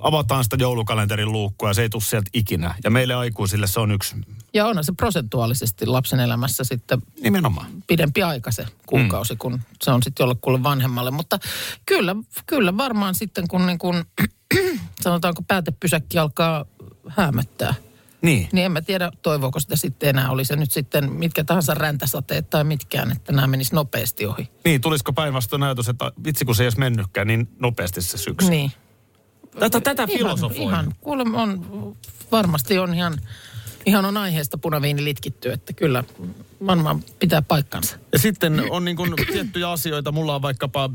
Speaker 2: avataan sitä joulukalenterin luukkua ja se ei tule sieltä ikinä. Ja meille aikuisille se on yksi
Speaker 4: Ja onhan se prosentuaalisesti lapsen elämässä sitten
Speaker 2: nimenomaan.
Speaker 4: pidempi aika se kuukausi, mm. kun se on sitten jollekulle vanhemmalle. Mutta kyllä, kyllä varmaan sitten, kun niin kun, sanotaanko päätepysäkki alkaa hämöttää,
Speaker 2: Niin.
Speaker 4: niin en mä tiedä, toivooko sitä sitten enää. Oli se nyt sitten mitkä tahansa räntäsateet tai mitkään, että nämä menis nopeasti ohi.
Speaker 2: Niin, tulisiko päinvastoin ajatus, että vitsi kun se ei edes mennytkään, niin nopeasti se syksy.
Speaker 4: Niin.
Speaker 2: Tätä, tätä
Speaker 4: Ihan,
Speaker 2: filosofoin.
Speaker 4: ihan kuulemma on, varmasti on ihan, ihan on aiheesta punaviini litkitty, että kyllä varmaan pitää paikkansa.
Speaker 2: Ja sitten on niin kuin tiettyjä asioita, mulla on vaikkapa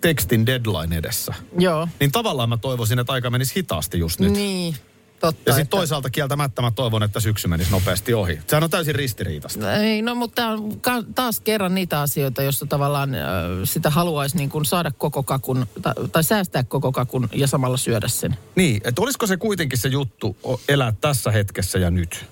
Speaker 2: tekstin deadline edessä.
Speaker 4: Joo.
Speaker 2: Niin tavallaan mä toivoisin, että aika menisi hitaasti just nyt.
Speaker 4: Niin, totta.
Speaker 2: Ja sitten
Speaker 4: että-
Speaker 2: toisaalta kieltämättä mä toivon, että syksy menisi nopeasti ohi. Sehän on täysin ristiriitasta.
Speaker 4: Ei, no mutta tää on ka- taas kerran niitä asioita, joissa tavallaan ö, sitä haluaisi niin kuin saada koko kakun, tai, tai säästää koko kakun ja samalla syödä sen.
Speaker 2: Niin, että olisiko se kuitenkin se juttu o- elää tässä hetkessä ja nyt?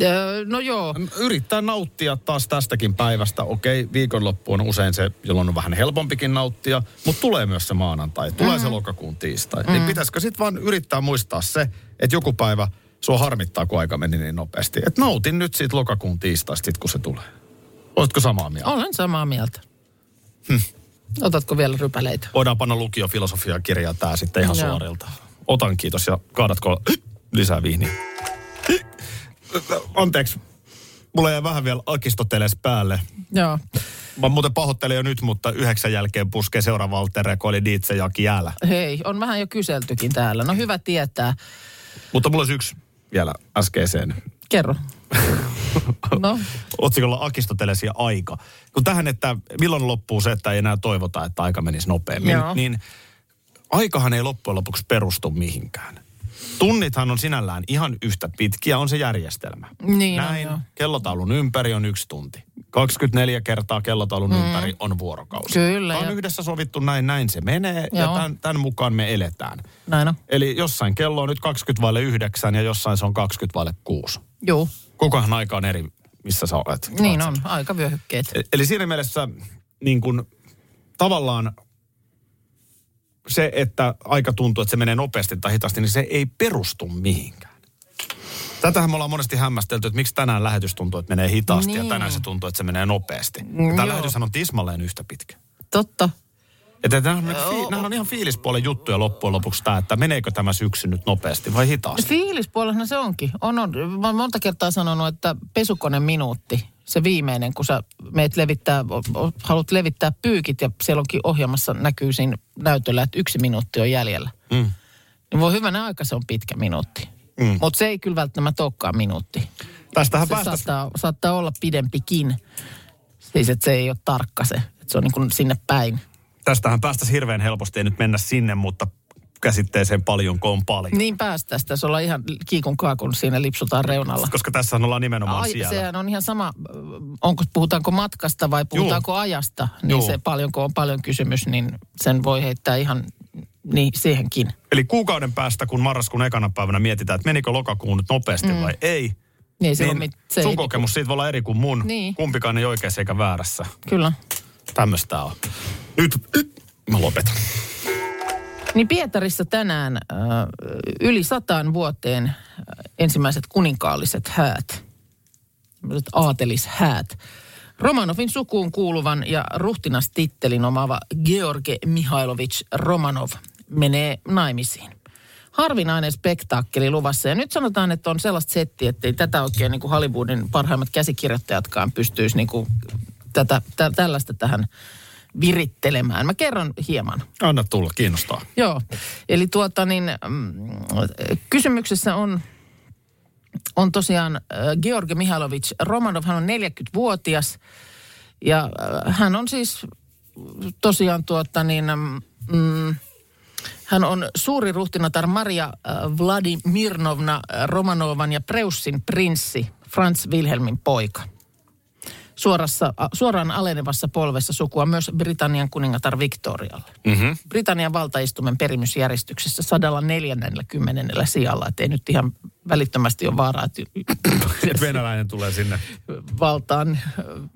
Speaker 4: Ö, no joo,
Speaker 2: Yrittää nauttia taas tästäkin päivästä. Okei, viikonloppu on usein se, jolloin on vähän helpompikin nauttia, mutta tulee myös se maanantai, tulee se lokakuun tiistai. Niin pitäisikö sitten vaan yrittää muistaa se, että joku päivä sua harmittaa, kun aika meni niin nopeasti. Että nautin nyt siitä lokakuun tiistaista, sit kun se tulee. Oletko samaa mieltä?
Speaker 4: olen samaa mieltä. Otatko vielä rypäleitä?
Speaker 2: Voidaan panna lukiofilosofiaa kirjaa tää sitten ihan
Speaker 4: Joo.
Speaker 2: suorilta. Otan kiitos ja kaadatko lisää viiniä. Anteeksi. Mulla jäi vähän vielä akistoteles päälle.
Speaker 4: Joo.
Speaker 2: Mä muuten pahoittelen jo nyt, mutta yhdeksän jälkeen puskee seuraava alter ego, eli Diitse Jaki Jäällä.
Speaker 4: Hei, on vähän jo kyseltykin täällä. No hyvä tietää.
Speaker 2: Mutta mulla olisi yksi vielä äskeiseen
Speaker 4: Kerro. No,
Speaker 2: otsikolla Akistoteles ja aika. Kun tähän, että milloin loppuu se, että ei enää toivota, että aika menisi nopeammin,
Speaker 4: Joo.
Speaker 2: niin aikahan ei loppujen lopuksi perustu mihinkään. Tunnithan on sinällään ihan yhtä pitkiä, on se järjestelmä.
Speaker 4: Niin on,
Speaker 2: Näin,
Speaker 4: joo.
Speaker 2: kellotaulun ympäri on yksi tunti. 24 kertaa kellotaulun mm. ympäri on vuorokausi.
Speaker 4: Kyllä,
Speaker 2: Tämä on
Speaker 4: ja-
Speaker 2: yhdessä sovittu näin, näin se menee ja
Speaker 4: Joo.
Speaker 2: tämän, tämän mukaan me eletään.
Speaker 4: näin on.
Speaker 2: Eli jossain kello on nyt 20 vaille 9 ja jossain se on 20 vaille 6
Speaker 4: Joo,
Speaker 2: koko ajan aika on eri, missä sä olet.
Speaker 4: niin on. Aika vyöhykkeet.
Speaker 2: E- Eli siinä mielessä niin kun, tavallaan se, että aika tuntuu, että se menee nopeasti tai hitaasti, niin se ei perustu mihinkään. Tätähän me ollaan monesti hämmästelty, että miksi tänään lähetys tuntuu, että menee hitaasti niin. ja
Speaker 4: Niin.
Speaker 2: tänään se tuntuu, että se menee nopeasti. Ja Tämä
Speaker 4: joo.
Speaker 2: lähetyshän on tismalleen yhtä pitkä.
Speaker 4: Totta.
Speaker 2: Että nämä on, fi- nämä on ihan fiilispuolen juttuja loppujen lopuksi tämä, että meneekö tämä syksy nyt nopeasti vai hitaasti.
Speaker 4: Fiilispuolella se onkin. On, on. Mä oon monta kertaa sanonut, että pesukone minuutti, se viimeinen, kun sä meet levittää, o- o- haluat levittää pyykit ja siellä onkin ohjelmassa näkyy siinä näytöllä, että yksi minuutti on jäljellä.
Speaker 2: Mm.
Speaker 4: Niin voi hyvänä aika, se on pitkä minuutti.
Speaker 2: Mm.
Speaker 4: Mm. Mutta se ei kyllä välttämättä olekaan minuutti.
Speaker 2: Tästähän
Speaker 4: Se
Speaker 2: päästäisiin
Speaker 4: saattaa, saattaa olla pidempikin. Siis, että se ei ole tarkka se. Että se on niin kuin sinne päin.
Speaker 2: tästähän päästäisiin hirveän helposti, ei nyt mennä sinne, mutta käsitteeseen paljonko on paljon. Niin.
Speaker 4: Niin päästään. Tässä ollaan ihan kiikun kaakun siinä lipsutaan reunalla.
Speaker 2: Koska tässä ollaan nimenomaan Ai,
Speaker 4: Ai,
Speaker 2: siellä.
Speaker 4: sehän on ihan sama, ö, onko, puhutaanko matkasta vai puhutaanko Juu. ajasta, niin
Speaker 2: Juu.
Speaker 4: Juu. se paljonko on paljon kysymys, niin sen voi heittää ihan niin siihenkin.
Speaker 2: Eli kuukauden päästä, kun marraskuun ekana päivänä mietitään, että menikö lokakuun nyt nopeasti mm. vai ei,
Speaker 4: Niin, ei se
Speaker 2: niin
Speaker 4: niin, mit, se
Speaker 2: sun
Speaker 4: ei,
Speaker 2: kokemus siitä voi olla eri kuin mun.
Speaker 4: Niin.
Speaker 2: Kumpikaan ei oikeassa eikä väärässä.
Speaker 4: Kyllä.
Speaker 2: Tämmöistä on. Nyt mä lopetan.
Speaker 4: Niin Pietarissa tänään äh, yli sataan vuoteen äh, ensimmäiset kuninkaalliset häät, tämmöiset aatelishäät. Romanovin sukuun kuuluvan ja ruhtinastittelin omaava George Mihailovich Romanov menee naimisiin. Harvinainen spektaakkeli luvassa. Ja nyt sanotaan, että on sellaista settiä, että ei tätä oikein niin kuin Hollywoodin parhaimmat käsikirjoittajatkaan pystyisi niin kuin tätä, tä, tällaista tähän virittelemään. Mä kerron hieman.
Speaker 2: Anna tulla, kiinnostaa.
Speaker 4: Joo, eli tuota niin, mm, kysymyksessä on, on tosiaan äh, Georgi Mihailovic Romanov, hän on 40-vuotias ja äh, hän on siis tosiaan tuota niin, mm, hän on suuri ruhtinatar Maria äh, Vladimirnovna äh, Romanovan ja Preussin prinssi Franz Wilhelmin poika. Suorassa, a- suoraan alenevassa polvessa sukua myös Britannian kuningatar Victorialle. Mm-hmm. Britannian valtaistumen perimysjärjestyksessä 140 sijalla, ettei nyt ihan välittömästi ole vaaraa, että
Speaker 2: Et venäläinen tulee sinne.
Speaker 4: valtaan äh,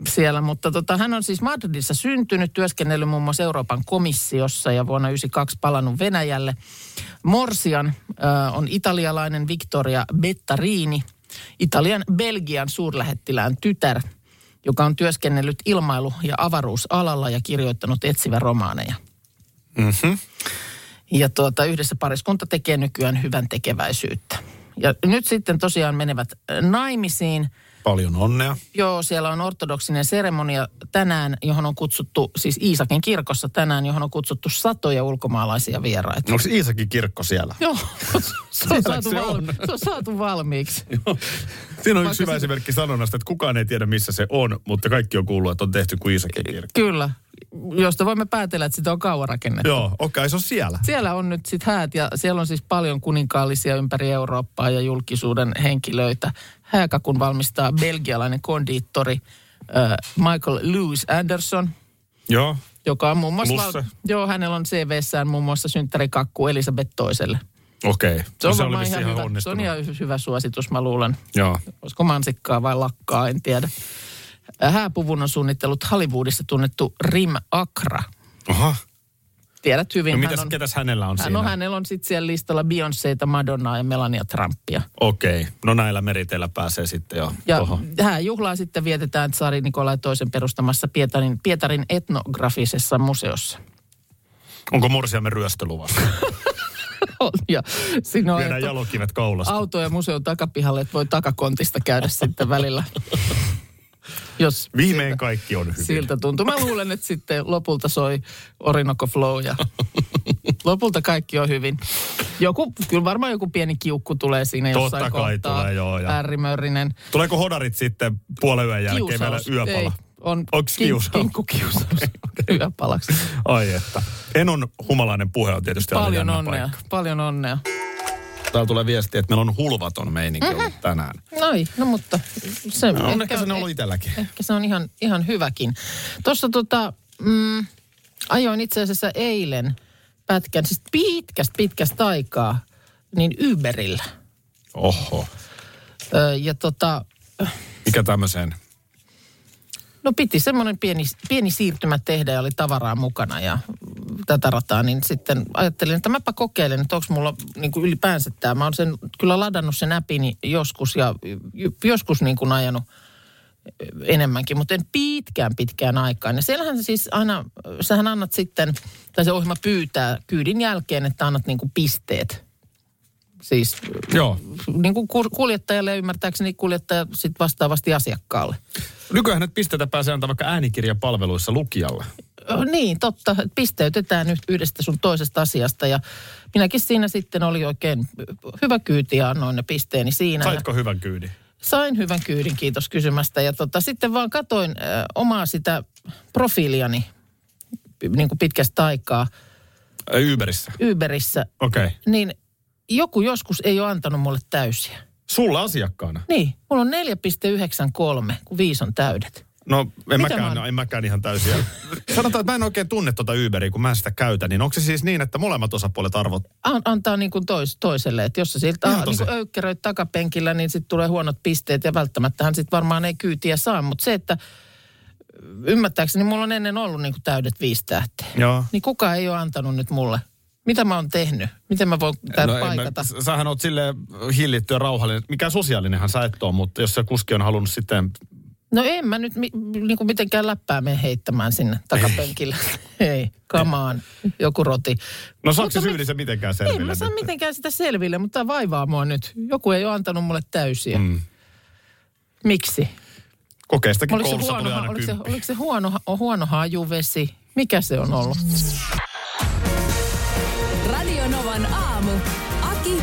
Speaker 4: siellä. Mutta tota, hän on siis Madridissa syntynyt, työskennellyt muun muassa Euroopan komissiossa ja vuonna 1992 palannut Venäjälle. Morsian äh, on italialainen Victoria Bettarini, Italian Belgian suurlähettilään tytär, joka on työskennellyt ilmailu- ja avaruusalalla ja kirjoittanut etsivä romaaneja. Mm-hmm. Ja tuota, yhdessä pariskunta tekee nykyään hyvän tekeväisyyttä. Ja nyt sitten tosiaan menevät äh, naimisiin –
Speaker 2: Paljon onnea.
Speaker 4: Joo, siellä on ortodoksinen seremonia tänään, johon on kutsuttu, siis Iisakin kirkossa tänään, johon on kutsuttu satoja ulkomaalaisia vieraita.
Speaker 2: Onko Iisakin kirkko siellä?
Speaker 4: Joo, se on, saatu
Speaker 2: No. se
Speaker 4: valmi-
Speaker 2: on.
Speaker 4: se on saatu valmiiksi.
Speaker 2: Siinä on
Speaker 4: Vaikka
Speaker 2: yksi hyvä
Speaker 4: se-
Speaker 2: esimerkki sanonnasta, että kukaan ei tiedä missä se on, mutta kaikki on kuullut, että on tehty kuin Iisakin kirkko.
Speaker 4: Kyllä, josta voimme päätellä, että sitä on kauan rakennettu.
Speaker 2: Joo, okei, se on siellä.
Speaker 4: Siellä on nyt sitten häät ja siellä on siis paljon kuninkaallisia ympäri Eurooppaa ja julkisuuden henkilöitä. Hääkakun valmistaa belgialainen kondiittori äh, Michael Lewis Anderson –
Speaker 2: Joo.
Speaker 4: joka on muun muassa...
Speaker 2: Lusse.
Speaker 4: joo, hänellä on CV:ssään muun muassa synttärikakku Elisabeth toiselle.
Speaker 2: Okei. Okay.
Speaker 4: Se on varmaan ihan, ihan hyvä, se on ihan hy- hyvä suositus, mä luulen.
Speaker 2: Joo.
Speaker 4: Olisiko mansikkaa vai lakkaa, en tiedä. Hääpuvun on suunnittelut Hollywoodissa tunnettu Rim Akra.
Speaker 2: Aha.
Speaker 4: Tiedät hyvin,
Speaker 2: No mitäs,
Speaker 4: Niin, hän on,
Speaker 2: ketäs hänellä on
Speaker 4: hän
Speaker 2: siinä?
Speaker 4: on hänellä on sitten siellä listalla Beyoncéta, Madonnaa ja Melania Trumpia.
Speaker 2: Okei, no näillä meriteillä pääsee sitten jo
Speaker 4: Ja
Speaker 2: tuohon.
Speaker 4: hääjuhlaa sitten vietetään Tsari Nikolai toisen perustamassa Pietarin, Pietarin etnografisessa museossa.
Speaker 2: Onko morsiamme ryöstöluvassa?
Speaker 4: No, Ja siinä on
Speaker 2: Viedään
Speaker 4: ajettu-
Speaker 2: jalokivet kaulasta.
Speaker 4: autoja museon takapihalle, että voi takakontista käydä sitten välillä. Jos
Speaker 2: Viimein kaikki on hyvin.
Speaker 4: siltä tuntuu. Mä luulen, että sitten lopulta soi Orinoco Flow ja lopulta kaikki on hyvin. Joku, kyllä varmaan joku pieni kiukku tulee siinä jossain
Speaker 2: Totta kai
Speaker 4: kohtaa.
Speaker 2: tulee, joo, ja-
Speaker 4: Äärimöörinen.
Speaker 2: Tuleeko hodarit sitten puolen yön jälkeen
Speaker 4: Kiusaus.
Speaker 2: vielä yöpala?
Speaker 4: Ei, on
Speaker 2: Onks kiusaus?
Speaker 4: kinkkukiusaus yöpalaksi.
Speaker 2: Ai että. En on humalainen puhe on tietysti aina
Speaker 4: Paljon
Speaker 2: jännä
Speaker 4: onnea,
Speaker 2: paikka.
Speaker 4: paljon onnea.
Speaker 2: Täällä tulee viesti, että meillä on hulvaton meininki ollut
Speaker 4: Mhm.
Speaker 2: tänään.
Speaker 4: Noi, no mutta se...
Speaker 2: No, on ehkä se on ollut itselläkin.
Speaker 4: Ehkä se on ihan, ihan hyväkin. Tuossa tota, mm, ajoin itse asiassa eilen pätkän, siis pitkästä pitkästä aikaa, niin Uberillä.
Speaker 2: Oho.
Speaker 4: Ö, ja tota,
Speaker 2: Mikä tämmöiseen?
Speaker 4: no piti semmoinen pieni, pieni siirtymä tehdä ja oli tavaraa mukana ja mm, tätä rataa, niin sitten ajattelin, että mäpä kokeilen, että onko mulla niin kuin ylipäänsä tämä. Mä oon sen, kyllä ladannut sen appini joskus ja y- joskus niin kuin ajanut enemmänkin, mutta en pitkään pitkään aikaan. Ja siellähän siis aina, sähän annat sitten, tai se ohjelma pyytää kyydin jälkeen, että annat niin kuin pisteet. Siis
Speaker 2: Joo.
Speaker 4: niin kuin kuljettajalle ja ymmärtääkseni kuljettaja sitten vastaavasti asiakkaalle.
Speaker 2: Nykyään nyt pisteitä pääsee antaa vaikka äänikirjapalveluissa lukijalle.
Speaker 4: Ö, Niin, totta. Pisteytetään nyt yhdestä sun toisesta asiasta ja minäkin siinä sitten oli oikein hyvä kyyti ja annoin ne pisteeni siinä. ja-
Speaker 2: Saitko hyvän kyydin?
Speaker 4: Sain hyvän kyydin, kiitos kysymästä. Ja tota, sitten vaan katoin äh, omaa sitä profiiliani niin kuin pitkästä aikaa
Speaker 2: Ä, Uberissä.
Speaker 4: Uberissä,
Speaker 2: Okei. Okay.
Speaker 4: niin joku joskus ei ole antanut mulle täysiä.
Speaker 2: Sulla asiakkaana?
Speaker 4: Niin, mulla on 4,93, kun viisi on täydet.
Speaker 2: No en mäkään,
Speaker 4: mä oon?
Speaker 2: en mäkään ihan täysiä. Sanotaan, että mä en oikein tunne tuota Uberia, kun mä en sitä käytä. Niin onko se siis niin, että molemmat osapuolet arvot?
Speaker 4: An- antaa niin kuin tois, toiselle, että jos sä siltä
Speaker 2: Ihan
Speaker 4: a- niin
Speaker 2: tosi.
Speaker 4: kuin öykkäröit takapenkillä, niin sitten tulee huonot pisteet ja välttämättä hän sitten varmaan ei kyytiä saa. Mutta se, että ymmärtääkseni mulla on ennen ollut niin kuin täydet viisi tähteä.
Speaker 2: Joo.
Speaker 4: Niin kukaan ei ole antanut nyt mulle. Mitä mä oon tehnyt? Miten mä voin tämän no,
Speaker 2: en
Speaker 4: paikata?
Speaker 2: Mä, sähän oot sille hillitty ja rauhallinen. Mikä sosiaalinenhan sä et oo, mutta jos se kuski on halunnut sitten
Speaker 4: No en mä nyt mi- niinku mitenkään läppää mene heittämään sinne takapenkillä. Ei, kamaan, joku roti.
Speaker 12: No saako se
Speaker 4: Mutta
Speaker 12: syyllisen mitenkään
Speaker 4: mi- En
Speaker 12: selville?
Speaker 4: mä saa
Speaker 12: nyt?
Speaker 4: mitenkään sitä selville, mutta tämä vaivaa mua nyt. Joku ei ole antanut mulle täysiä. Mm. Miksi?
Speaker 12: Kokeestakin
Speaker 4: Oliko se,
Speaker 12: koulussa tuli
Speaker 4: huono,
Speaker 12: aina
Speaker 4: oliko se,
Speaker 12: kymppi.
Speaker 4: oliko se huono, huono hajuvesi? Mikä se on ollut?
Speaker 9: Radio Novan aamu. Aki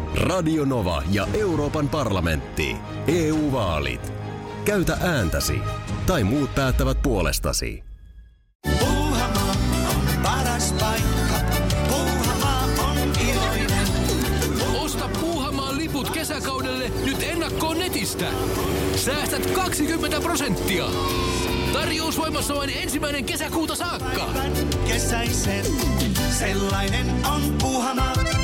Speaker 6: Radio Nova ja Euroopan parlamentti. EU-vaalit. Käytä ääntäsi. Tai muut päättävät puolestasi.
Speaker 7: Puuhamaa on paras paikka. Puuhamaa on iloinen.
Speaker 8: Osta Puuhamaan liput kesäkaudelle nyt ennakkoon netistä. Säästät 20 prosenttia. Tarjous voimassa vain ensimmäinen kesäkuuta saakka.
Speaker 7: Kesäisen, sellainen on Puuhamaa.